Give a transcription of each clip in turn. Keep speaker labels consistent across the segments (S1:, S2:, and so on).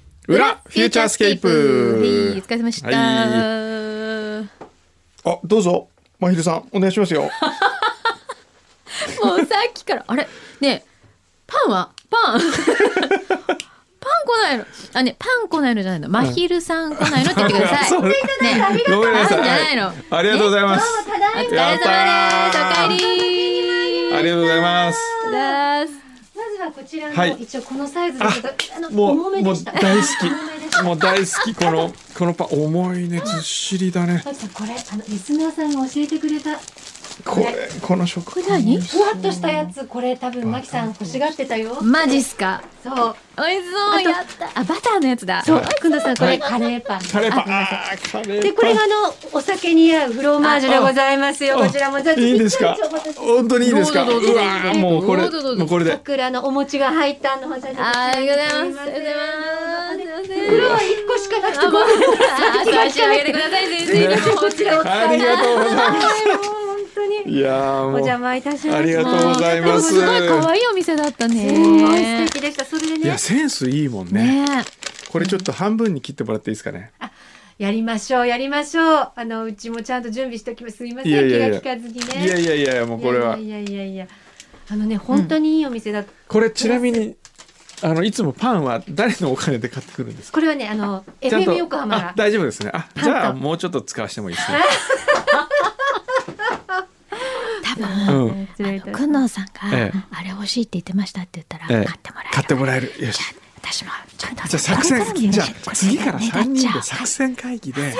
S1: ューチャースケープ
S2: はい、お疲れ様でした。
S1: あどうぞまひるさんお願いしますよ
S2: もうさっきから、あれねえ、パンはパン パン来ないのあ、ね、パン来ないのじゃないの。まひるさん来ないのって言ってください。
S1: そう
S2: ねえ
S1: ごめんなさい
S2: パンじゃないの
S1: はいありがとうございます
S3: どうもただ
S2: お
S3: い
S2: 疲
S3: ま
S2: れ様です。お帰り。
S1: ありがとうございます
S2: だす。
S3: まずはこちらの、
S1: はい
S3: 一応このサイズですがあの
S1: も
S3: 重
S1: う
S3: め
S1: も
S3: で
S1: う
S3: した
S1: 大好
S3: 重めでし
S1: き
S3: た
S1: もう大好きこのこのパン重いねずっしりだね
S3: マキさんこれあのリスナーさんが教えてくれた
S1: これこの食
S2: これ何
S3: ふわっとしたやつこれ多分マキさん欲しがってたよ
S2: マジっすか。
S3: そう
S2: 美味しそう。
S3: あと
S2: やった。あ、バターのやつだ。
S3: そうくんどさんこれカレーパン
S1: カレーパン
S3: あ
S1: あーカレーパン
S3: でこれがあのお酒に合うフローマージュでございますよ
S1: あ
S3: こちらもじゃあ
S1: いいんですか
S3: ちょっと私
S1: 本当にいいですか
S2: どうぞどうぞ
S1: うわーもうこれ
S2: どうぞどうぞ
S1: もうこれで
S3: 桜のお餅が入ったあの本当に
S2: あありがとうございます。あ
S3: す
S2: りがとうございます。すいません
S3: 袋は一個しかなくて
S2: あ、
S3: ご
S2: もう
S3: めんなさい、
S2: あと足を上げてください、先生。
S1: ね
S3: こちらを使
S1: ありがとうございま
S3: はいもう本当
S1: す
S3: に
S1: いやー
S3: お
S1: も
S3: 邪
S1: う
S3: 魔いたします
S1: ありがとうございます
S2: すごい可愛いお店だったね。
S3: すごい素敵でしたそれで
S1: い
S3: ね
S1: やセンスいいもんね
S2: ね
S1: これちょっと半分に切ってもらっていいですかね
S3: やりましょうやりましょうあのうちもちゃんと準備しておきますすいません
S1: いやいやいや
S3: 気が利かずにね
S1: いやいやいやもうこれはい
S3: やいやいやいやあのね本当にいいお店だ、
S1: これちなみにあのいつもパンは誰のお金で買ってくるんですか
S3: これはねあの
S1: ちゃんと
S3: FM 横浜
S1: あ
S3: が
S1: 大丈夫ですねあじゃあ
S3: パンと
S1: もうちょっと使わせてもいいですねうん
S2: 多分、
S3: 失礼いたしま
S2: く
S3: す
S2: んのさん
S1: ええ
S2: が、あれ欲しいって言ってましたって言ったら、
S1: ええ
S2: 買ってもらえ
S1: 買って
S2: る。
S1: もらえるよし
S2: 私も、ちゃんと。
S1: じゃあ作戦じゃあ次から3人で
S2: さ
S1: 作戦会議で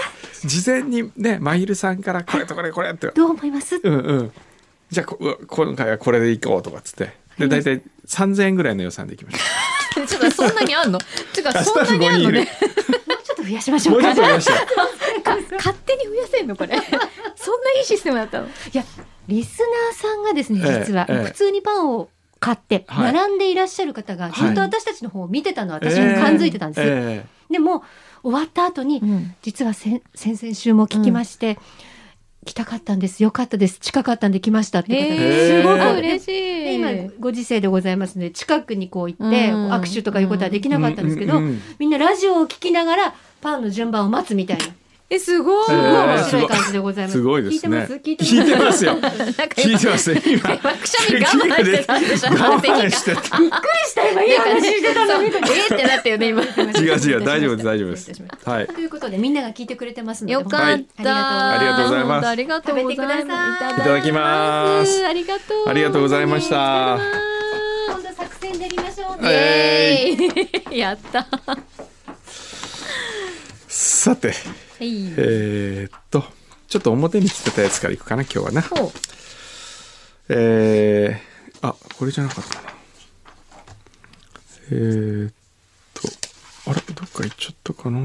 S1: 事前にねまひるさんからこれとこれこれって
S3: どう思います
S1: うんうんじゃあこうわ今回はこれでいこうとかっつってで大体3000円ぐらいの予算でいきましょ
S2: ちょっとそんなにあんのてか、
S1: うス
S2: そ
S1: タッ
S2: んな
S1: フ
S2: にあ
S1: 5
S2: ん
S1: 人
S2: の
S1: いる
S2: ね。
S3: ちょっと増やしまし
S1: も
S3: ょ
S1: う
S3: う
S1: ちょ
S3: か
S1: っと増やしたい
S2: 勝手に増やせんのこれ。 そんないいシステムだったの
S3: いやリスナーさんがですね
S1: ええ
S3: 実は
S1: ええ
S3: 普通にパンを買って
S1: はい
S3: 並んでいらっしゃる方
S1: は
S3: が
S1: い
S3: ずっと私たちの方を見てたのは私も感づいてたんですよ、
S1: ええええ
S3: でも終わった後に
S2: ん。
S3: 実は先先々週も聞きまして、来たかったんですよかったです近かったんで来ましたっていう方が
S1: へー
S3: すごく
S2: 嬉し
S3: で
S2: い。
S3: 今ご時世でございますので近くにこう行って
S2: うん
S3: 握手とかいうことはできなかったんですけど、
S1: ううん
S3: みんなラジオを聞きながらパンの順番を待つみたいなす
S2: え、すごい。
S1: へ
S3: ごい面
S1: ーすご
S3: 白
S1: い
S3: い感じでございます
S1: すごいですね
S3: 聞いてます聞いてます
S1: すよ 聞いてますね今
S2: なんかくしゃみ我慢 してたんでしょ
S1: 我慢してた
S3: した今いい話してたの
S2: え
S3: 見て
S2: ーってなったよ ね、今。
S1: 違う違う大丈夫 です大丈夫ですはい
S3: ということでみんなが聞いてくれてますので
S2: よかっ
S3: 本当に
S2: た。
S1: ありがとうございます
S2: 本当ありがとうございます。
S3: 食べてください
S1: いただきます
S2: ありがとう。
S1: ありがとうございました
S2: いただき
S3: 今度作戦練りましょう
S2: ます
S3: ね、
S1: え
S2: イエーイ やった。は
S1: さて
S2: い。
S1: えーっとちょっと表に来てたやつからいくかな今日はな
S2: ほう
S1: えー、あこれじゃなかったなえー、っとあれどっか行っちゃったかな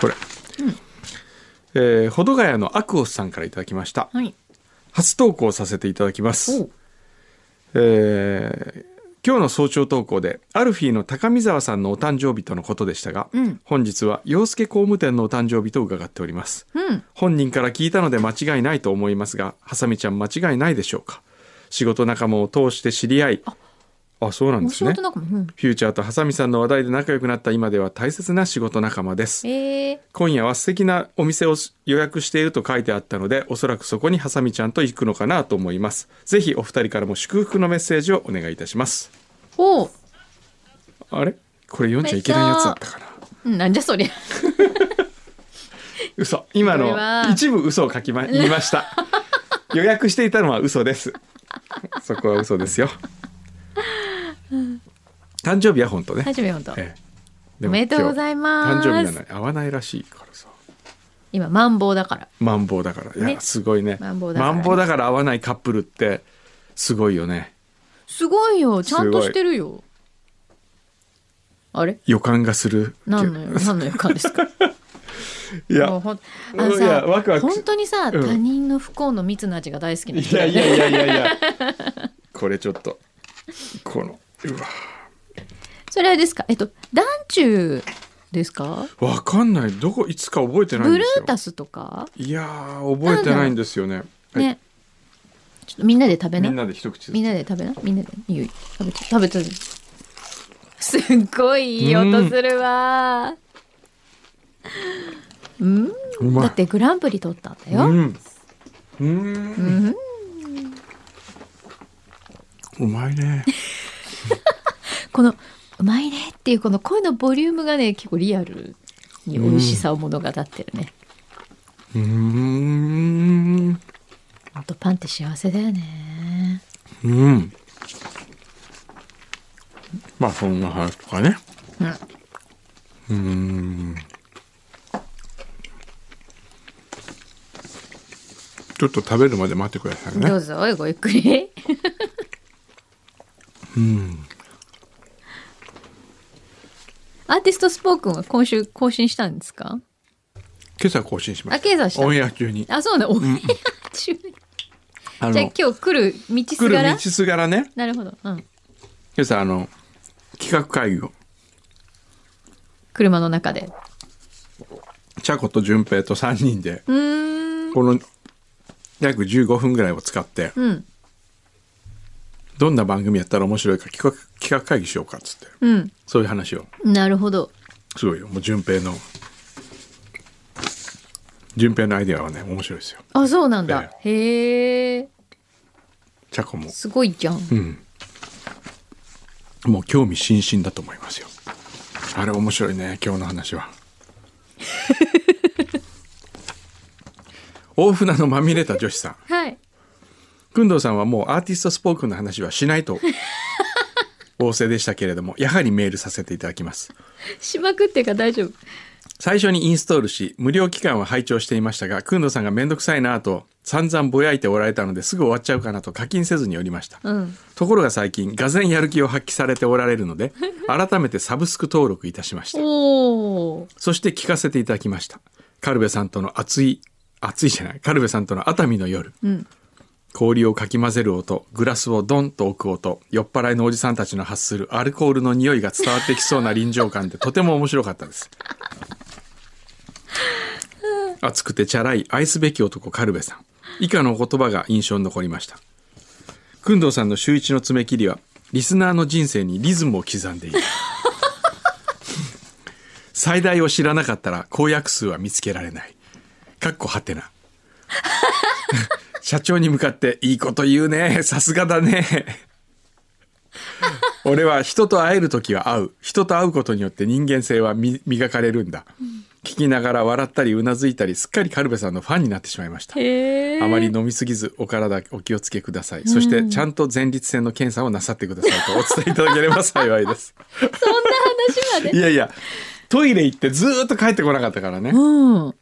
S1: これ、えー、ほどがやのアクオスさんからいただきました
S2: はい。
S1: 初投稿させていただきます
S2: う。
S1: えー今日の早朝投稿でアルフィーの高見沢さんのお誕生日とのことでしたが、
S2: うん
S1: 本日は洋介工務店のお誕生日と伺っております
S2: うん。
S1: 本人から聞いたので間違いないと思いますがハサミちゃん間違いないでしょうか仕事仲間を通して知り合いあそうなんで
S2: お
S1: す
S2: 仕
S1: ね
S2: 事なんかも。うん
S1: フューチャーとハサミさんの話題で仲良くなった今では大切な仕事仲間です
S2: ええ。
S1: 今夜は素敵なお店を予約していると書いてあったのでおそらくそこにハサミちゃんと行くのかなと思いますぜひお二人からも祝福のメッセージをお願いいたします
S2: ほ
S1: あれこれ読んじゃいけないやつだったかな
S2: う。うんなんじゃそりゃ。
S1: 嘘今
S2: これは
S1: の一部嘘を書きま言いました 予約していたのは嘘ですそこは嘘ですよ誕生日は本当ね
S2: 大丈夫よ、本当。
S1: ええ
S2: おめでとうございま
S1: で
S2: す
S1: も今日誕生日がない合わないらしいからさ
S2: 今、マンボウだから。
S1: マンボウだから、いや
S2: ね
S1: すごいね
S2: マンボウだからね
S1: マンボウだから合わないカップルってすごいよね
S2: すごいよ。ちゃんとしてるよ。あれ
S1: 予感がする
S2: 何のよ、何の予感です
S1: い
S2: かもう
S1: や
S2: ほん
S1: うん
S2: あの
S1: いや
S2: さ
S1: ワクワクす
S2: 本当にさ、
S1: うん
S2: 他人の不幸の蜜の味が大好きない人
S1: や
S2: だよ
S1: い
S2: ね
S1: やいやいやいや これちょっとこのう
S2: それあれですかえっと団中ですか
S1: わわかんないどこいつか覚えてないんで
S2: ブル
S1: す
S2: ー
S1: よ
S2: タスとか
S1: いやー覚えてないんですよねはい
S2: ねちょっとみんなで食べ
S1: み
S2: なん
S1: なで一口ずつ
S2: みんなで食べなみんなでゆい食べて食べてすっごいいい音するわ。うん。
S1: うまい
S2: だってグランプリ取ったんだ
S1: う
S2: よ。
S1: んうん
S2: うん。
S1: うまいね
S2: このうまいねっていうこの声のボリュームがね、結構リアルに美味しさを物語ってるね。
S1: うーん
S2: ほんとパンって幸せだよね。
S1: うんまあそんな話とかね
S2: うん。
S1: うーんちょっと食べるまで待ってくださいね
S2: どうぞごゆっくり。アーティストスポークンは今週更新したんですか？
S1: 今朝更新しま
S2: あ、
S1: し
S2: 検査したた
S1: オ。ンエア中に
S2: あ、そうだ。お部屋中に
S1: あ
S2: じゃあ
S1: の
S2: 今日来る道す
S1: 来
S2: がら
S1: る道。すがらね
S2: なるほど。うん。
S1: 今朝あの企画会議を
S2: 車の中で。
S1: ちゃこと順平と3人で
S2: うーん。
S1: この約15分ぐらいを使って
S2: うん。
S1: どんな番組やったら面白いか企画企画会議しようかっつって
S2: うん。
S1: そういう話を
S2: なるほど。
S1: すごいよもう順平の順平のアイデアはね面白いですよ
S2: あ、そうなんだ。へえ。
S1: ちゃこも
S2: すごいじゃん。
S1: うんもう興味津々だと思いますよあれ面白いね今日の話 は大船のまみれた女子さん
S2: はい。
S1: 工藤さんはもうアーティストスポークンの話はしない と仰せでしたけれどもやはりメールさせていただきます
S2: しまくっていうか大丈夫。
S1: 最初にインストールし無料期間は拝聴していましたが工藤さんが面倒くさいなぁと散々ぼやいておられたのですぐ終わっちゃうかなと課金せずにおりました、
S2: うん。
S1: ところが最近がぜんやる気を発揮されておられるので改めてサブスク登録いたしました
S2: おお。
S1: そして聞かせていただきました。カルベさんとの熱い、熱いじゃない、カルベさんとの熱海の夜。
S2: ん
S1: 氷をかき混ぜる音、グラスをドンと置く音、酔っ払いのおじさんたちの発するアルコールの匂いが伝わってきそうな臨場感でとても面白かったです。熱くてチャラい愛すべき男カルベさん。以下のお言葉が印象に残りました。工藤さんの週一の爪切りは、リスナーの人生にリズムを刻んでいる。最大を知らなかったら公約数は見つけられない。かっこはてな。社長に向かっていいこと言うね。さすがだね。俺は人と会える時は会う。人と会うことによって人間性はみ磨かれるんだ。聞きながら笑ったりうなずいたりすっかりカルベさんのファンになってしまいました。
S2: へえ。
S1: あまり飲みすぎずお体お気をつけください。そしてちゃんと前立腺の検査をなさってくださいとお伝えいただければ幸いです。
S2: そんな話まで。
S1: いやいや、トイレ行ってずーっと帰ってこなかったからね。
S2: うん。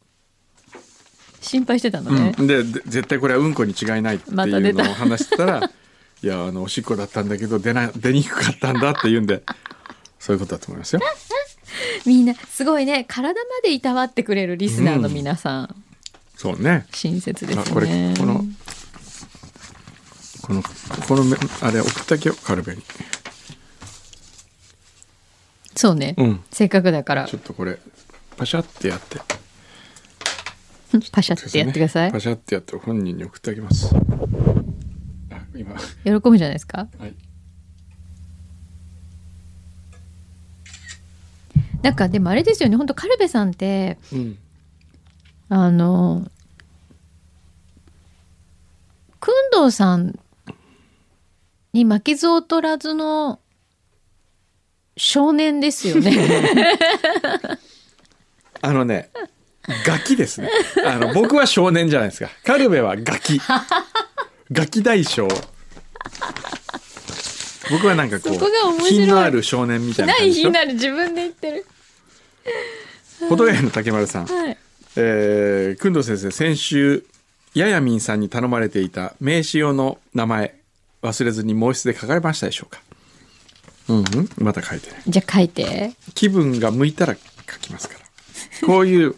S2: 心配してたのね。
S1: うん、でで絶対これはうんこに違いないって
S2: また
S1: い
S2: 出
S1: うの
S2: た
S1: を話してたら 「いやあのおしっこだったんだけど出な出にくかったんだ」って言うんでそういうことだと思いますよ。
S2: みんなすごいね。体までいたわってくれるリスナーの皆さん、
S1: そうね
S2: 親切ですね。
S1: あこれこのこのこのめあれ送ったけよカルベに。
S2: そうね、
S1: うん
S2: せっかくだから
S1: ちょっとこれパシャってやって。
S2: パシャってやってください。
S1: パシャってやって本人に送ってあげます。あ今
S2: 喜ぶじゃないですか。
S1: はい
S2: なんかでもあれですよね。本当カルベさんって
S1: うん
S2: あのくんどうさんに負けず劣らずの少年ですよね。
S1: あのね、ガキですね。あの、僕は少年じゃないですか。カルベはガキ。ガキ大将。僕はなんかこ
S2: そこが面
S1: う、
S2: 白い
S1: 品のある少年みたいな
S2: な
S1: 感
S2: い
S1: じ
S2: 日
S1: で
S2: なる自分で言ってる。
S1: しょ。ほどがやの竹丸さん。
S2: はい。
S1: えー、くん先生、先週、ややみんさんに頼まれていた名刺用の名前、忘れずに毛筆で書かれましたでしょうかうんうん、また書いてない。
S2: じゃあ書いて。
S1: 気分が向いたら書きますからこういう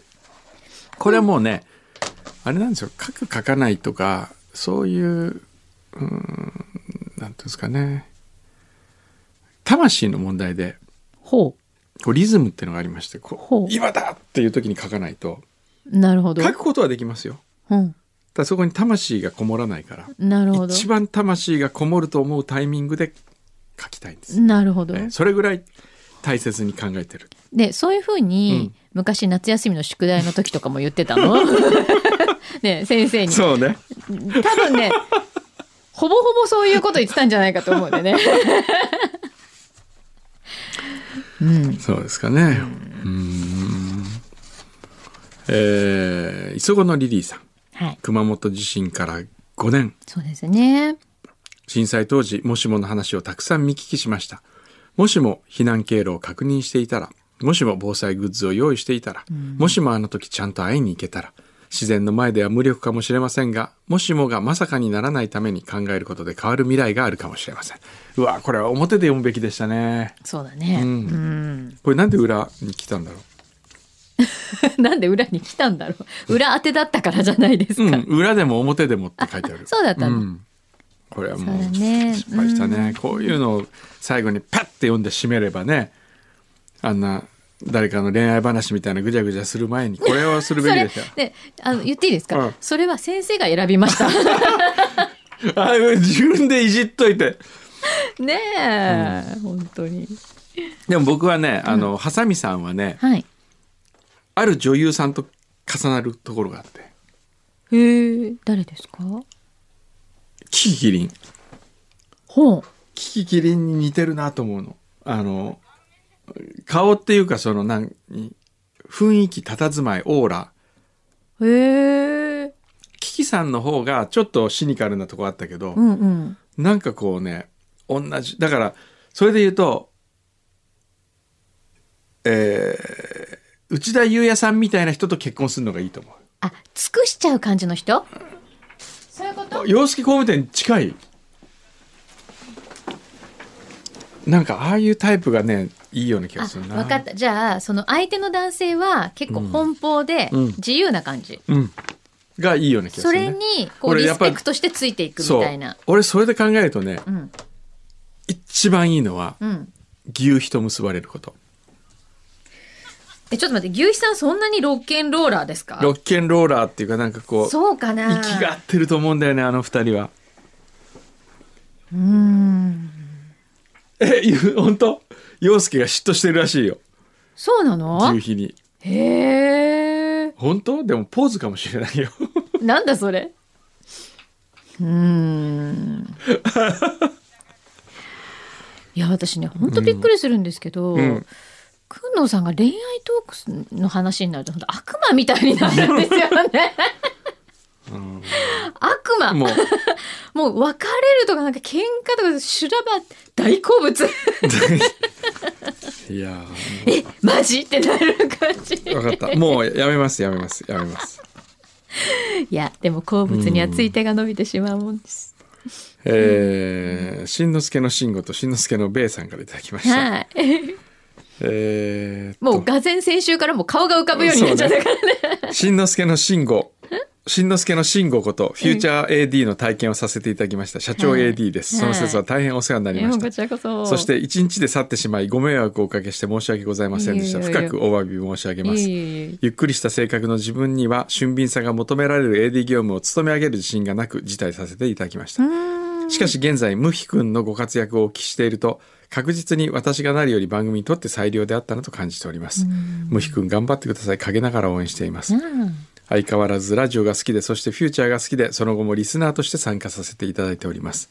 S1: これはもうねあれなんですよ書く書かないとかそういううーんなんていうんですかね魂の問題で
S2: ほ
S1: こうリズムっていうのがありまして
S2: ほ
S1: こ
S2: う
S1: う今だっていう時に書かないと
S2: う。なるほど。
S1: 書くことはできますよ
S2: うん。
S1: ただそこに魂がこもらないから
S2: なるほど。
S1: 一番魂がこもると思うタイミングで書きたいんです、
S2: なるほど。
S1: ねそれぐらい大切に考えてる。
S2: でそういうふうに、昔夏休みの宿題の時とかも言ってた のね先生に
S1: そうね。
S2: 多分ねほぼほぼそういうこと言ってたんじゃないかと思うんでね。うん、
S1: そうですかね。うーん。えー、磯子のリリーさん。
S2: はい
S1: 熊本地震から5年。
S2: そうですね。
S1: 震災当時もしもの話をたくさん見聞きしましたもしも避難経路を確認していたらもしも防災グッズを用意していたら、もしもあの時ちゃんと会いに行けたら自然の前では無力かもしれませんがもしもがまさかにならないために考えることで変わる未来があるかもしれませんうわこれは表で読むべきでしたね
S2: そうだね。
S1: う
S2: うんん、
S1: これなんで裏に来たんだろ
S2: なん で裏に来たんだろう。裏当てだったからじゃないです
S1: う、う
S2: か。
S1: ん、裏でも表でもって書いてある
S2: あそうだったんだ
S1: んこれはもう
S2: そうだね
S1: 失敗したねこういうのを最後にパッて読んで締めればねあんな誰かの恋愛話みたいなぐちゃぐちゃする前にこれをするべ
S2: そ
S1: き
S2: れ
S1: で したよ
S2: であの言っていいですか、
S1: うん
S2: それは先生が選びました
S1: あ自分でいじっといて
S2: ねえ、本当に
S1: でも僕はねあの、ハサミさんはね
S2: はい
S1: ある女優さんと重なるところがあって
S2: へえ誰ですか
S1: キキキリン
S2: ほう
S1: キキキリンに似てるなと思うのあの顔っていうかその何雰囲気佇まいオーラ
S2: へえ
S1: キキさんの方がちょっとシニカルなとこあったけど、
S2: うんうん
S1: なんかこうね同じだからそれで言うとえー内田裕也さんみたいな人と結婚するのがいいと思う
S2: あ尽くしちゃう感じの人そういうこと
S1: 洋式工務店に近いなんかああいうタイプがねいいような気が
S2: あ
S1: するな
S2: 分かったじゃあその相手の男性は結構奔放で
S1: うん
S2: 自由な感じ、
S1: うんがいいような気がす
S2: そ
S1: る、ね、
S2: れにこう
S1: 俺
S2: リ
S1: やっ
S2: ス
S1: ぱ
S2: ペクトしてついていくみたいな
S1: そう俺それで考えるとね
S2: うん
S1: 一番いいのは
S2: うん
S1: 牛皮と結ばれること
S2: えちょっと待って牛肥さんそんなにロッケンローラーですか
S1: ロッケンローラーっていうかなんかこう
S2: そうかな
S1: 息が合ってると思うんだよねあの二人は
S2: うーん
S1: えゆ本当陽介が嫉妬してるらしいよ
S2: そうなの
S1: 牛皮に
S2: へえ
S1: 本当でもポーズかもしれないよ
S2: なんだそれうーんいや私ねほんとびっくりするんですけど、
S1: う
S2: くん
S1: ん
S2: のさんが恋愛トークスの話になると本当悪魔みたいになるんですよね悪魔
S1: もう
S2: もう別れるとかなんか喧嘩とか修羅場大好 物
S1: いや
S2: えマジってなる感じ
S1: 分かったもうやめますやめますやめます
S2: いやでも好物にはつい手が伸びてしまうもんです
S1: えー、しんのすけのしんごとしんのすけのべいさんからいただきました、
S2: はい
S1: えーっと
S2: もうがぜん先週からもう顔が浮かぶようになっちゃった からね
S1: しんのすけのしんごしんのすけのしんごことフューチャー AD の体験をさせていただきました社長
S2: はい
S1: AD です、その説は大変お世話になりま
S2: も
S1: し
S2: う
S1: た
S2: こちらこそ
S1: そして一日で去ってしまいご迷惑をおかけして申し訳ございませんでした
S2: いえいえいえ
S1: 深くお詫び申し上げます
S2: いえいえいえ
S1: ゆっくりした性格の自分には俊敏さが求められる AD 業務を務め上げる自信がなく辞退させていただきましたしかし現在ムヒ君のご活躍をお聞きしていると確実に私がなるより番組にとって最良であったなと感じておりますムヒ君頑張ってください陰ながら応援しています
S2: うん
S1: 相変わらずラジオが好きでそしてフューチャーが好きでその後もリスナーとして参加させていただいております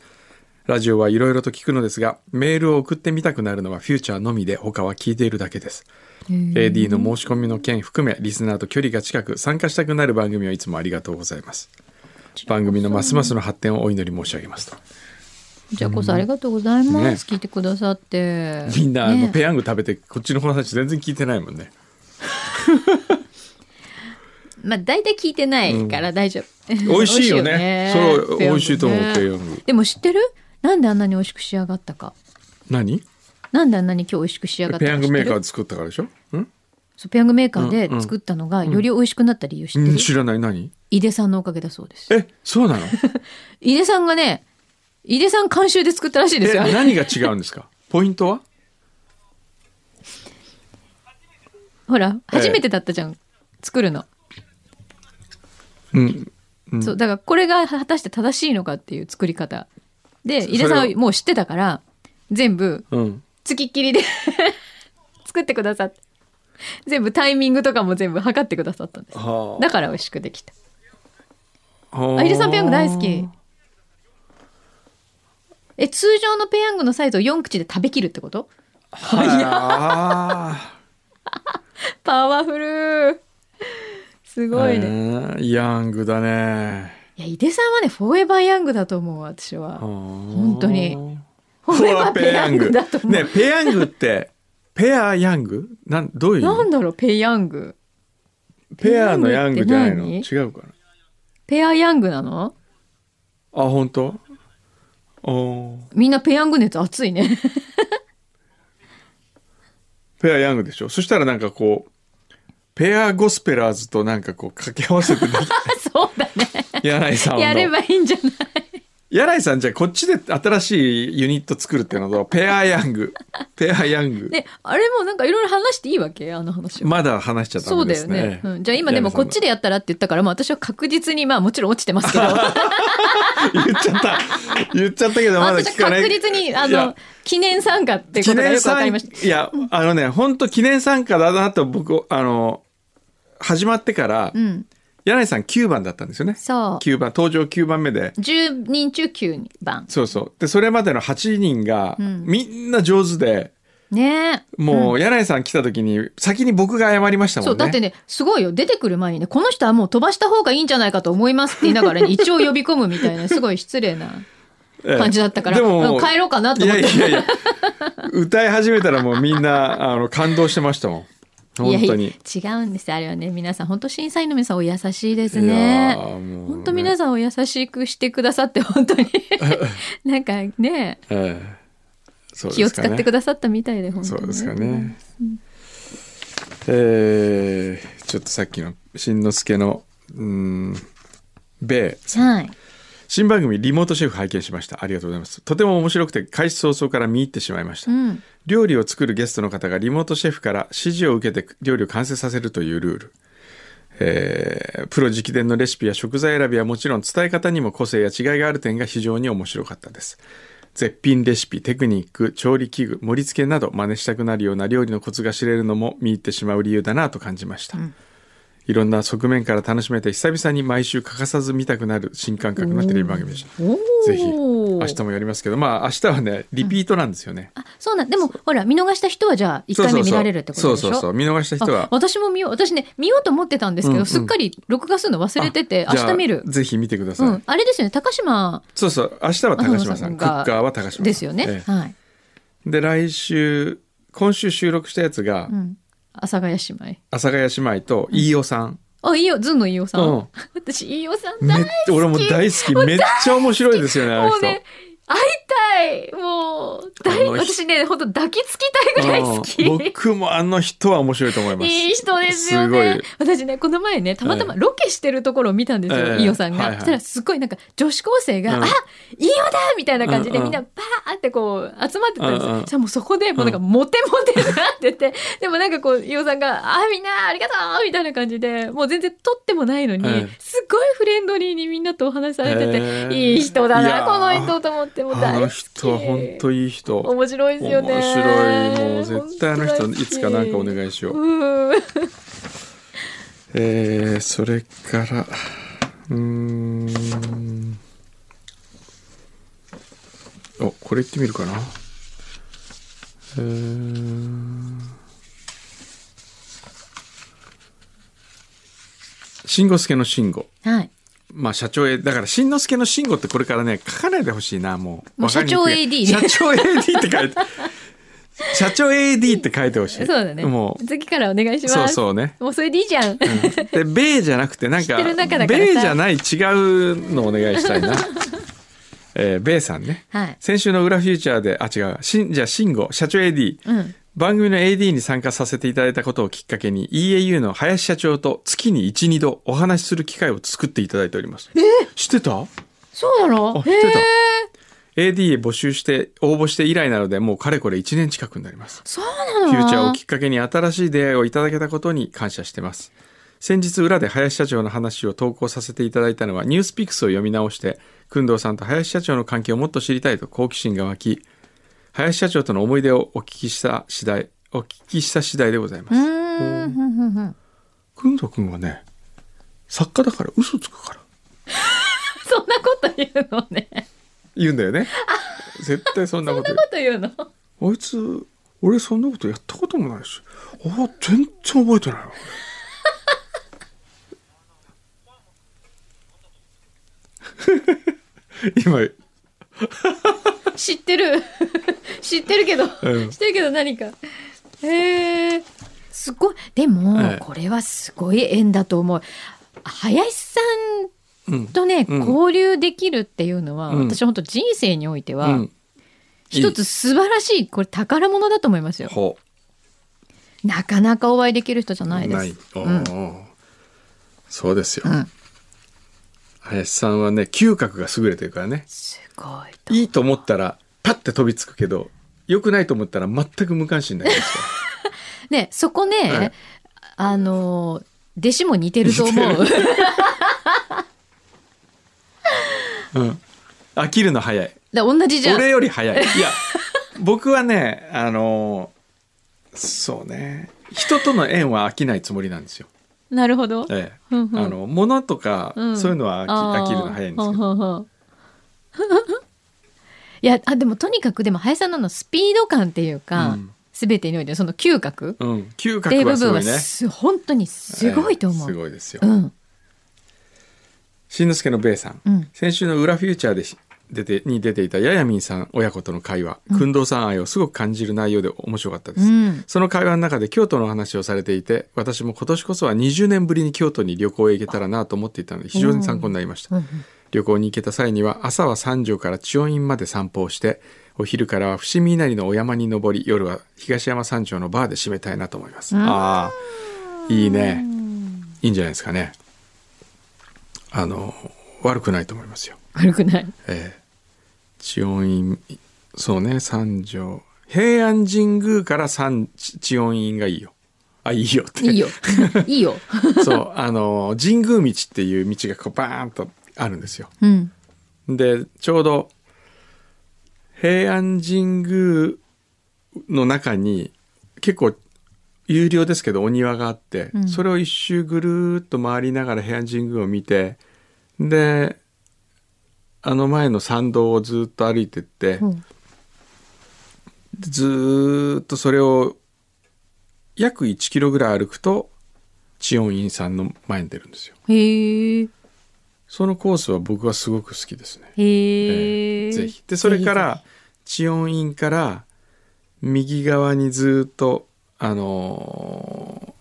S1: ラジオはいろいろと聞くのですがメールを送ってみたくなるのはフューチャーのみで他は聞いているだけです AD の申し込みの件含めリスナーと距離が近く参加したくなる番組をいつもありがとうございます番組のますますの発展をお祈り申し上げますと
S2: こちらこそありがとうござい
S1: ね
S2: ます、聞いてくださって
S1: みんなあの
S2: ね
S1: ペヤング食べてこっちの話全然聞いてないもんね
S2: まあ大体聞いてないから大丈夫
S1: 美味しいよ ねそう
S2: ペヤ
S1: 美
S2: ングね
S1: 味しいと思うペヤング
S2: でも知ってるなんであんなに美味しく仕上がったか
S1: 何
S2: なんであんなに今日美味しく仕上がっ
S1: ペ
S2: たか知
S1: ヤ
S2: っ
S1: ン
S2: て
S1: グ
S2: る
S1: メーカーで作ったからでしょん
S2: そうペヤングメーカーで作ったのがより美味しくなった理由知って
S1: う
S2: る
S1: ん知らない何
S2: 井出さんのおかげだそうです
S1: えそう なの
S2: 井出さんがね井出さん監修で作ったらしいですよ
S1: え何が違うんですかポイントは
S2: ほら初めてだったじゃん、作るの、
S1: うん
S2: そうだからこれが果たして正しいのかっていう作り方で井出さん
S1: それ
S2: は
S1: は
S2: もう知ってたから全部
S1: うん
S2: つきっきりで 作ってくださって全部タイミングとかも全部測ってくださったんです
S1: はあ
S2: だから美味しくできた
S1: はあ
S2: あイルさんペヤング大好きえ通常のペヤングのサイズを4口で食べきるってこと
S1: は
S2: パワフル すごいね、
S1: ね。ヤングだね。
S2: いや井出さんはねフォーエバーヤングだと思う私は
S1: 本
S2: 当に。フ
S1: フ
S2: ォー
S1: ォ
S2: エバー
S1: ア
S2: ペ
S1: ペ
S2: ヤ
S1: ヤ
S2: ン
S1: ン
S2: グ
S1: グ
S2: だと思う、
S1: ねペヤングって、ペアヤングなん、どういう意
S2: なん
S1: 味
S2: だろうペヤング
S1: ペアのヤングじゃないの
S2: ペヤング
S1: 違
S2: って
S1: うかな
S2: ペアヤングなの
S1: あ、本当おー
S2: みんなペヤング熱熱いね
S1: ペアヤングでしょそしたらなんかこう、ペアゴスペラーズとなんかこう掛け合わせてでき、
S2: そうだね
S1: 柳井さんの。
S2: やればいいんじゃない
S1: 柳井さんじゃあこっちで新しいユニット作るっていうのと、ペアヤング。ペアヤング。
S2: ねあれもなんかいろいろ話していいわけあの話を、
S1: まだ話しちゃダ
S2: そ
S1: メ
S2: う
S1: で
S2: だ
S1: す
S2: よ
S1: ね。
S2: ね、うん、じゃあ今でもこっちでやったらって言ったから、まあ、私は確実にまあもちろん落ちてますけど
S1: 言 っちゃった。言っちゃったけど、まだ
S2: 私
S1: 聞か
S2: は
S1: ない。
S2: 確実にあ
S1: いや
S2: の、記念参加っていうことがよくわかりまし
S1: いや、あのね、本当記念参加だなと僕、あの、始まってから、
S2: たうん
S1: 柳井さん9番だったんですよね。
S2: そ
S1: 9番、登場9番目で。
S2: う10人中9番
S1: そうそう。で、それまでの8人が、
S2: ん
S1: みんな上手で、
S2: ね
S1: もう、柳井さん来た時に、先に僕が謝りましたもんね。
S2: そうだってねすごいよ出てくる前にねこの人はもう飛ばした方がいいんじゃないかと思いますって言いなが らね一応呼び込むみたいなすごい失礼な
S1: ええ
S2: 感じだったから、
S1: でも、
S2: うん帰ろうかな
S1: い
S2: と思っ
S1: や
S2: て
S1: いやいや、歌い始めたらもうみんな、あの、感動してましたもん。本当に。
S2: いや違うんですあれはね皆さん本当審査員の皆さんお優しいです
S1: いやーも
S2: ね
S1: うね
S2: 本当皆さんお優しくしてくださって本 当になんか
S1: え
S2: ね
S1: えそう
S2: 気
S1: で
S2: を
S1: す
S2: 使
S1: か
S2: って
S1: ね
S2: くださったみたいで本当
S1: そ
S2: に
S1: うですかね。えーちょっとさっきの、しんのすけの、うーん、米、
S2: はい
S1: 新番組リモートシェフ拝見しました。ありがとうございます。とても面白くて、開始早々から見入ってしまいました。
S2: うん
S1: 料理を作るゲストの方がリモートシェフから指示を受けて料理を完成させるというルール。えープロ直伝のレシピや食材選びはもちろん伝え方にも個性や違いがある点が非常に面白かったです。絶品レシピ、テクニック、調理器具、盛り付けなど真似したくなるような料理のコツが知れるのも見入ってしまう理由だなと感じました。いろんな側面から楽しめて久々に毎週欠かさず見たくなる新感覚のテレビ番組でした。
S2: おー
S1: ぜひ明日もやりますけど、まあ明日はね、リピートなんですよね。
S2: あそうなんでもほら見逃した人はじゃあ1回目見られるってことでしょ
S1: そうそうそう見逃した人
S2: あ
S1: は
S2: 私も見よう私ね見ようと思ってたんですけど、
S1: うんうん
S2: すっかり録画するの忘れてて
S1: じ
S2: 明
S1: ゃあ
S2: 日見る
S1: ぜひ見てくださ
S2: う
S1: い、
S2: んあれですよね高島
S1: そうそう明日は高島さ
S2: あの
S1: んク
S2: が
S1: ッカーは高島さん
S2: ですよね、
S1: え
S2: はい、
S1: えで来週今週収録したやつが、
S2: うん、阿佐ヶ谷姉妹
S1: 阿佐ヶ谷姉妹と飯尾さん、
S2: あいいよずんの飯尾さん、
S1: うん
S2: 私飯尾さん
S1: め
S2: 大
S1: っ
S2: 好
S1: 俺も大好きめっちゃ面白いですよね
S2: き
S1: あの
S2: もう
S1: 人
S2: ね会いたいもう大
S1: あの人
S2: 私ね本当抱きつきたいぐらい好き、
S1: うん僕もあの人は面白いと思います
S2: いい人ですよね。私ね、この前ね、たまたま
S1: ええ
S2: ロケしてるところを見たんですよ、
S1: ええ
S2: 飯尾さんが。
S1: はいはい
S2: そしたらすっごいなんか女子高生が、
S1: うん
S2: あ飯尾だみたいな感じで、
S1: うんう
S2: み
S1: ん
S2: んなパーってこう集まってたんですよ。
S1: うんうん
S2: そしたらもうそこでもうなんかモテモテになってて、 でもなんかこう、飯尾さんが、あみんなありがとうみたいな感じで、もう全然撮ってもないのに、
S1: ええ
S2: すっごいフレンドリーにみんなとお話しされてて、
S1: ええ
S2: いい人だ
S1: いや
S2: な、
S1: ー
S2: この人と思って、もう
S1: あ
S2: 大
S1: の
S2: 好
S1: 人は本当
S2: き。
S1: いい人
S2: 面白いですよね。
S1: 面白いもう絶対あの人
S2: 本当大好き
S1: いつかなんかお願いしよう
S2: うん
S1: えー、それから、うーん。お、これいってみるかな。えー、慎吾助の慎吾。
S2: はい。
S1: まあ社長へ、だから慎之助の慎吾ってこれからね、書かないでほしいな、もう。
S2: もう社長
S1: わかりにくい
S2: AD
S1: 社長 AD って書いて。社長 AD って書いてほし
S2: そう
S1: い。
S2: だね。
S1: も
S2: 次からお願いし
S1: う、
S2: ます。
S1: そうそうね。
S2: もうそれでいいじゃん。
S1: で、米じゃなくて、なん
S2: 知っ
S1: か、
S2: てる中だから
S1: 米
S2: さ
S1: じゃない違うのお願いしたい な。えー、米さんね。
S2: はい。
S1: 先週の裏フューチャーで、あ、違う、しん、じゃあ、慎吾、社長 AD、
S2: うん。
S1: 番組の AD に参加させていただいたことをきっかけに、EAU の林社長と月に1、2度お話しする機会を作っていただいております。え知ってた
S2: そうなの
S1: あ知ってた
S2: へえ
S1: ?AD へ募集して、応募して以来なので、もうかれこれ1年近くになります。
S2: そうなの
S1: フューチャーをきっかけに新しい出会いをいただけたことに感謝してます。先日裏で林社長の話を投稿させていただいたのはニュースピックスを読み直して、工藤さんと林社長の関係をもっと知りたいと好奇心が湧き、林社長との思い出をお聞きした次第、お聞きした次第でございます
S2: う。ーんふんふんふん
S1: くんぞくんはね作家だから嘘つくから
S2: そんなこと言うのね
S1: 言うんだよね絶対そんなこと
S2: そ
S1: 言
S2: んなこと言うの
S1: うあいつ俺そんなことやったこともないしあ全然覚えて ないわ俺
S2: 知ってる 知ってるけど、
S1: うん
S2: 知ってるけど何かへえすごいでも、
S1: ええ
S2: これはすごい縁だと思う林さん
S1: 今うん
S2: とね、
S1: うん
S2: 交流できるっていうのは、
S1: うん
S2: 私本当人生においては、
S1: うん
S2: 一つ素晴らしいこれ宝物だと思いますよ
S1: ほ
S2: なかなかお会いできる人じゃ
S1: う
S2: ないです
S1: あ
S2: うん
S1: ーそうですよ、
S2: うん
S1: 林さんはね嗅覚が優れてるからね
S2: すごいと
S1: いいと思ったらパッて飛びつくけど良くないと思ったら全く無関心になりますから
S2: ねそこね、
S1: はい
S2: あのー弟子も似てると思う
S1: うん、飽きるの早い
S2: だ同じじゃん
S1: 俺より早 いいや僕はねあのそうね人との縁は飽きないつもりなんですよ、
S2: なるほど
S1: ええ、
S2: ふんふん
S1: あの物とか、
S2: うん
S1: そういうのは
S2: あ
S1: 飽
S2: ー
S1: き飽きるの早いんです
S2: ほ
S1: け
S2: う
S1: ど
S2: ほうほう いやあでもとにかくでも林さんのあのスピード感っていうか、
S1: うん
S2: 全てにおいてその嗅覚
S1: うん、嗅
S2: ってい
S1: 覚
S2: う部
S1: はすご
S2: 分はい
S1: ね
S2: す本当にすごいと思う。
S1: ええすごいですよ
S2: うん
S1: しんのすけのべいさん、
S2: うん
S1: 先週の「裏フューチャーでし」出てに出ていたややみんさん親子との会話薫堂、さん愛をすごく感じる内容で面白かったで
S2: う
S1: す、
S2: ん
S1: その会話の中で京都の話をされていて私も今年こそは20年ぶりに京都に旅行へ行けたらなと思っていたので非常に参考になりました、
S2: うん
S1: 旅行に行けた際には朝は三条から千代院まで散歩をしてお昼からは伏見稲荷のお山に登り夜は東山山頂のバーで締めたいなと思います、ああいいねいいんじゃないですかねあの悪くないと思いますよ
S2: 悪くない。
S1: ええ千音院そうね三条平安神宮から三ち千音院がいいよあいいよって
S2: い いよいいよ。
S1: そうあの神宮道っていう道がこうバーンとあるんですよ
S2: うん
S1: でちょうど平安神宮の中に結構有料ですけどお庭があって、
S2: うん
S1: それを一周ぐるーっと回りながら平安神宮を見てであの前の参道をずーっと歩いてって、
S2: うん
S1: ずーっとそれを約1キロぐらい歩くと千音院さんの前に出るんですよ。
S2: へえ
S1: そのコースは僕はすごく好きですね。
S2: へ
S1: え
S2: え。
S1: ーぜひでそれから知音院から右側にずっとあのー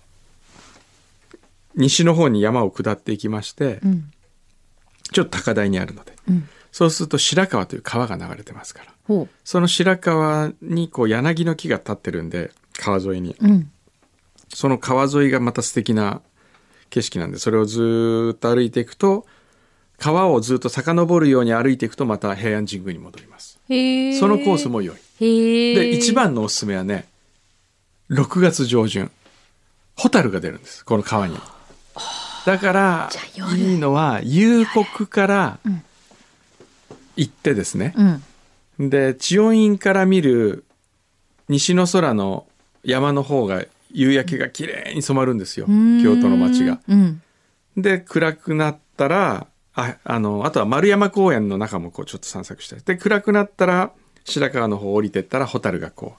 S1: 西の方に山を下っていきまして、
S2: ぜひ。うん
S1: ちょっと高台にあるので
S2: うん。
S1: そうすると白川という川が流れてますから
S2: ほ
S1: その白川にこう柳の木が立ってるんで川沿いに
S2: う。うん
S1: その川沿いがまた素敵な景色なんでそれをずーっと歩いていくと川をずっと遡るように歩いていくとまた平安神宮に戻ります。
S2: へえ。
S1: そのコースも良い。
S2: へえ。
S1: で、一番のおすすめはね、6月上旬、ホタルが出るんです、この川に。だから
S2: じゃあ、夜
S1: いいのは、夕刻から
S2: ん
S1: 行ってですね、
S2: うん
S1: で、千代院から見る西の空の山の方が、夕焼けが綺麗に染まるんですよ、京都の街が。。
S2: うん
S1: で暗くなったらああのあとは丸山公園の中もこうちょっと散策したりで暗くなったら白川の方降りてったらホタルがこ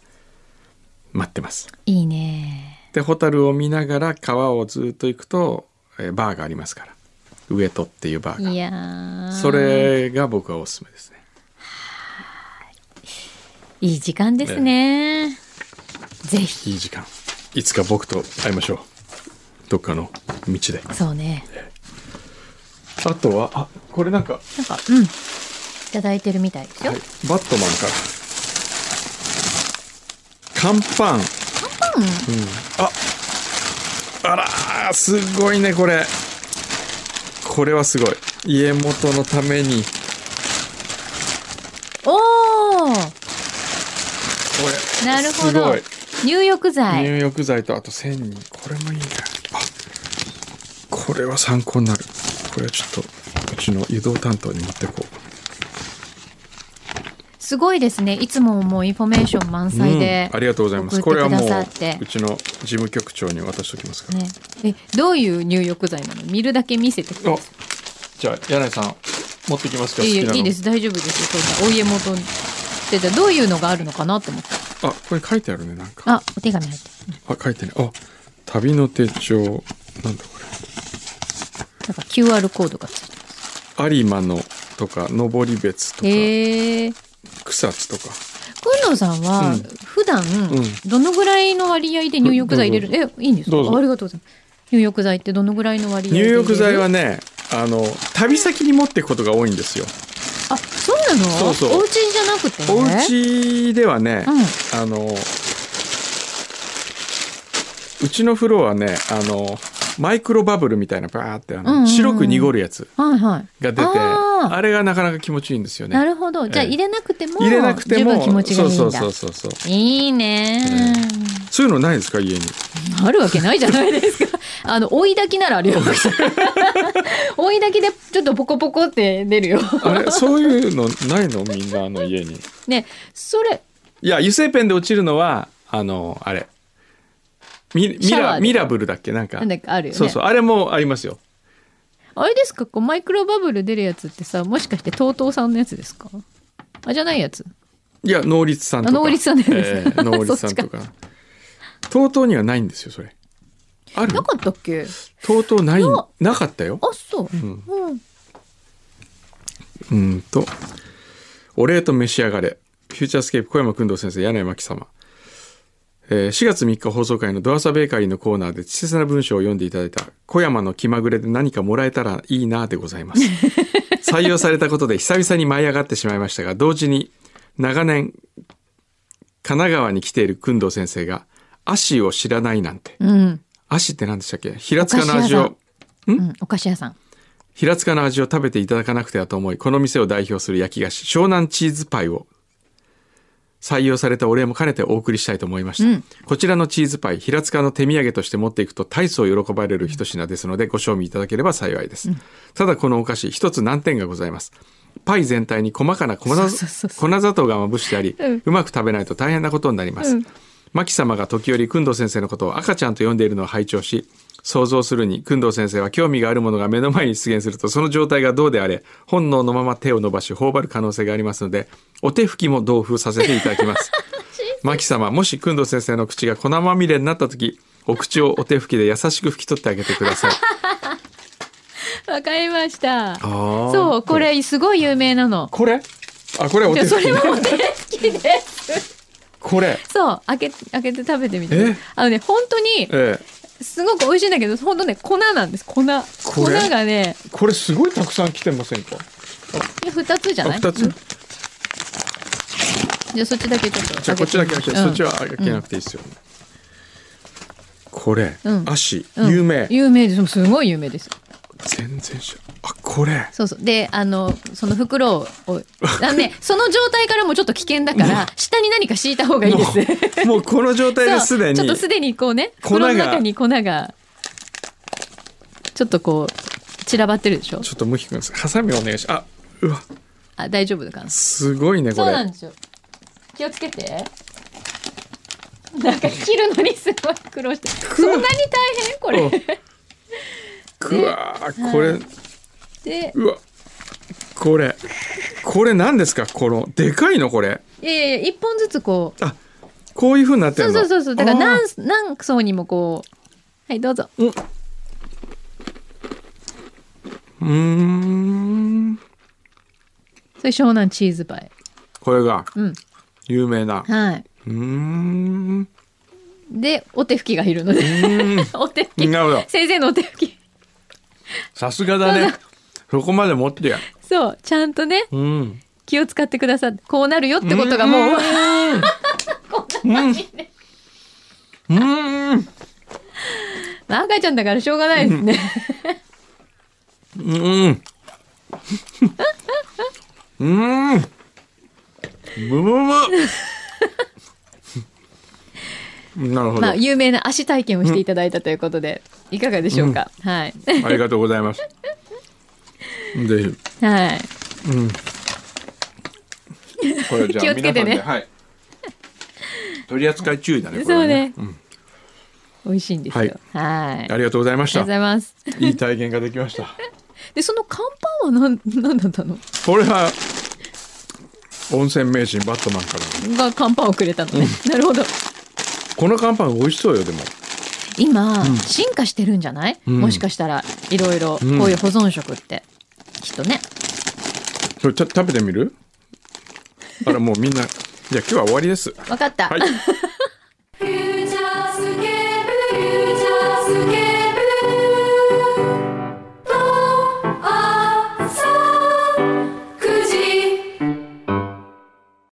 S1: う待ってます
S2: いいね。
S1: でホタルを見ながら川をずっと行くと、えーバーがありますから上戸っていうバー
S2: い
S1: が
S2: やー
S1: それが僕はおすすめですね
S2: いい時間ですね。ぜひ。
S1: いい時間いつか僕と会いましょうどっかの道で
S2: そうね。
S1: あとはあこれなんか、
S2: なんか、うん。いただいてるみたいですよ。
S1: はいバットマンから乾パンああらーすごいねこれこれはすごい家元のために
S2: おー
S1: こ
S2: なるほど
S1: す。
S2: 入浴
S1: れ
S2: 剤。
S1: 入浴剤とあと千人これもいいねあこれは参考になるこれはちょっとうちの移動担当に持ってこう
S2: すすごいですね。いつももうインフォメーション満載で。
S1: うんありがとうございます
S2: 送
S1: こ
S2: っ
S1: れ
S2: て
S1: は
S2: く
S1: も
S2: だ
S1: う
S2: さって
S1: うちの事務局長に渡しておきますから、
S2: ね、えどういう入浴剤なの見るだけ見せてくだ
S1: あ
S2: さ
S1: じゃあ柳井さん持ってきますか
S2: い
S1: 好
S2: い
S1: き
S2: い
S1: なの
S2: いいです大丈夫ですよそんなお家元でじゃあどういうのがあるのかなって思って
S1: あこれ書いてあるねなんか
S2: あお手紙入ってる
S1: あ書いてねあ旅の手帳なんだこ
S2: なんか QR コードがついて
S1: れ有馬のとか登別とか、
S2: へえ
S1: 草津とか
S2: 近藤さんは
S1: うん
S2: 普段
S1: ん
S2: どのぐらいの割合で入浴剤入れる、えいいんですか
S1: どうぞ
S2: ありがとうございます入浴剤ってどのぐらいの割合で入れ
S1: 入
S2: る
S1: 浴剤はねあの旅先に持っていくことが多いんですよ
S2: あそうなの
S1: そうそう
S2: お家じゃなくてね
S1: お家ではね、
S2: うん
S1: あのうちの風呂はねあのマイクロバブルみたいなバーってあの、
S2: うんうんうん
S1: 白く濁るやつ
S2: はいはい
S1: が出て
S2: あ
S1: あ
S2: ー
S1: れがなかなか気持ちいいんですよ
S2: な
S1: ね
S2: るほどじゃあ
S1: ええ
S2: 入れなくても
S1: 入れなくて
S2: 十
S1: も
S2: 分気持ちがいいんだ
S1: そうそうそうそうそう
S2: いいねー
S1: そういうのないですか家に
S2: あるわけないじゃないですか。 あの、追い炊きなら あるよ。追い炊きでちょっとポコポコって出るよ。
S1: あ れそういうのないのみんなあの家に
S2: ね、それ、
S1: いや油性ペンで落ちるのはあのあれミミ
S2: シャワー
S1: ラ
S2: で
S1: ミラブルだっけなんか
S2: なんだっけあるよね。
S1: そうそうあれもありますよ
S2: あれですかこう、マイクロバブル出るやつってさ、もしかして TOTO さんのやつですかあ、じゃないやつ。
S1: いや能率さんと
S2: あ
S1: か
S2: 能率さんのやつですね
S1: ええ能率さんとか TOTO にはないんですよそれある
S2: なかったっけ
S1: TOTO ない
S2: の
S1: なかったよ
S2: あ、そう。
S1: ん
S2: うん。
S1: うーんと「お礼と召し上がれ」フューチャースケープ小山君堂先生柳井真紀様えー4月3日放送回の「ドアサベーカリー」のコーナーで稚拙な文章を読んでいただいた「小山の気まぐれで何かもらえたらいいな」でござい ます採用されたことで久々に舞い上がってしまいましたが同時に長年神奈川に来ている工藤先生が「足を知らない」なんて
S2: うん。
S1: 「足」って何でしたっけ平塚の味
S2: お菓子屋さん
S1: を
S2: うん、お菓子屋さん。
S1: 平塚の味を食べていただかなくてはと思い、この店を代表する焼き菓子、湘南チーズパイを採用されたお礼も兼ねてお送りしたいと思いました。
S2: うん
S1: こちらのチーズパイ、平塚の手土産として持っていくと大層喜ばれる一品ですので、ご賞味いただければ幸いです。ただこのお菓子、一つ難点がございます。パイ全体に細かな粉
S2: そう
S1: ざ
S2: そうそうそ
S1: 粉砂糖がまぶしてあり、
S2: うん
S1: うまく食べないと大変なことになります。
S2: うん
S1: マキ様が時折、工藤先生のことを赤ちゃんと呼んでいるのを拝聴し、想像するに、工藤先生は興味があるものが目の前に出現すると、その状態がどうであれ、本能のまま手を伸ばし、頬張る可能性がありますので、お手拭きも同封させていただき ます。マキ様、もし工藤先生の口が粉まみれになった時、お口をお手拭きで優しく拭き取ってあげてください。
S2: わかりました。
S1: ー
S2: そう、これすごい有名なの。
S1: これあ、これお
S2: じ
S1: 手
S2: ゃ
S1: 拭
S2: あそ
S1: き
S2: れ
S1: ね。
S2: はお手つきで。
S1: これ。
S2: そう、開け、開けて食べてみて
S1: え。
S2: あのね、本当に、
S1: ええ。
S2: すごく美味しいんだけど、本当ね、粉なんです。粉。粉がね、
S1: これすごいたくさん来てませんか
S2: いや二つじゃ
S1: あ、
S2: ない
S1: 二
S2: う
S1: つ
S2: ん。じゃあそっちだけちょっと。
S1: じゃあこっちだけ開けて、そっちは開けな
S2: て。
S1: くていいですよ。これ、
S2: うん
S1: 足、
S2: うん
S1: 有名。
S2: 有名です。すごい有名です。
S1: 全然しあ、これ。
S2: そうそう。で、あの、その袋を、あのね、その状態からもちょっと危険だから、下に何か敷いた方がいいです。
S1: もう、もうこの状態で
S2: そ
S1: す
S2: う
S1: で
S2: ちょっ
S1: に
S2: と。すでにこうね、
S1: 粉
S2: 袋
S1: が
S2: の中に粉が、ちょっとこう、散らばってるでしょ
S1: ちょっとムヒ君、ハサミお願いしあ、うわ、
S2: あ、大丈夫かな
S1: すごいね、こ
S2: そうなん
S1: れ。
S2: ですよ。気をつけて。なんか切るのにすごい苦労 して。そんなに大変こ
S1: お
S2: れ。
S1: くわー、これ、
S2: で、
S1: うわ、これ。これ何ですかこの、でかいのこれ。
S2: いやいやいや一本ずつこう。
S1: あ、こういう風になって
S2: そ
S1: る
S2: う
S1: の
S2: そうそうそう。だから
S1: あ
S2: 何
S1: ー
S2: 何層にもこう。はいどうぞ。
S1: うーん。
S2: それ湘南チーズパイ。
S1: これが
S2: うん
S1: 有名な。
S2: はい。
S1: うーん。
S2: でお手拭きがいるので。 お手拭き。
S1: なるほど。
S2: 先生のお手拭き。
S1: さすがだね。そこまで持ってや。
S2: そうちゃんとね
S1: うん。
S2: 気を使ってくださってこうなるよってことがもう。
S1: うん。うん。
S2: まあ赤ちゃんだからしょうがないですね。
S1: うん。うん。ブブブ。なるほど。
S2: まあ
S1: あ
S2: 有名な足体験をしていただいたということで、いかがでしょうか。はい。
S1: りがとうございます。ぜひ。
S2: はい。
S1: これじゃあ
S2: 気をつけてね
S1: 皆さんではい。取り扱い注意だね。これ
S2: そう
S1: は
S2: ね
S1: ん
S2: 美味しいんですよ。はい。あり
S1: あ
S2: がとう
S1: りがとうございまし
S2: ござ
S1: た。
S2: います。
S1: いい体験ができました。
S2: で、その乾パンはなん、なんだったの。
S1: これは温泉名人バットマンからの。
S2: が乾パンをくれたのね。なるほど。
S1: この乾パン美味しそうよでも。
S2: 今、進化してるんじゃない。
S1: ん
S2: もしかしたら、いろいろ、こういう保存食って。きっとね。
S1: それた食べてみる？あらもうみんなじゃあ今日は終わりです。
S2: わかった。
S1: はい。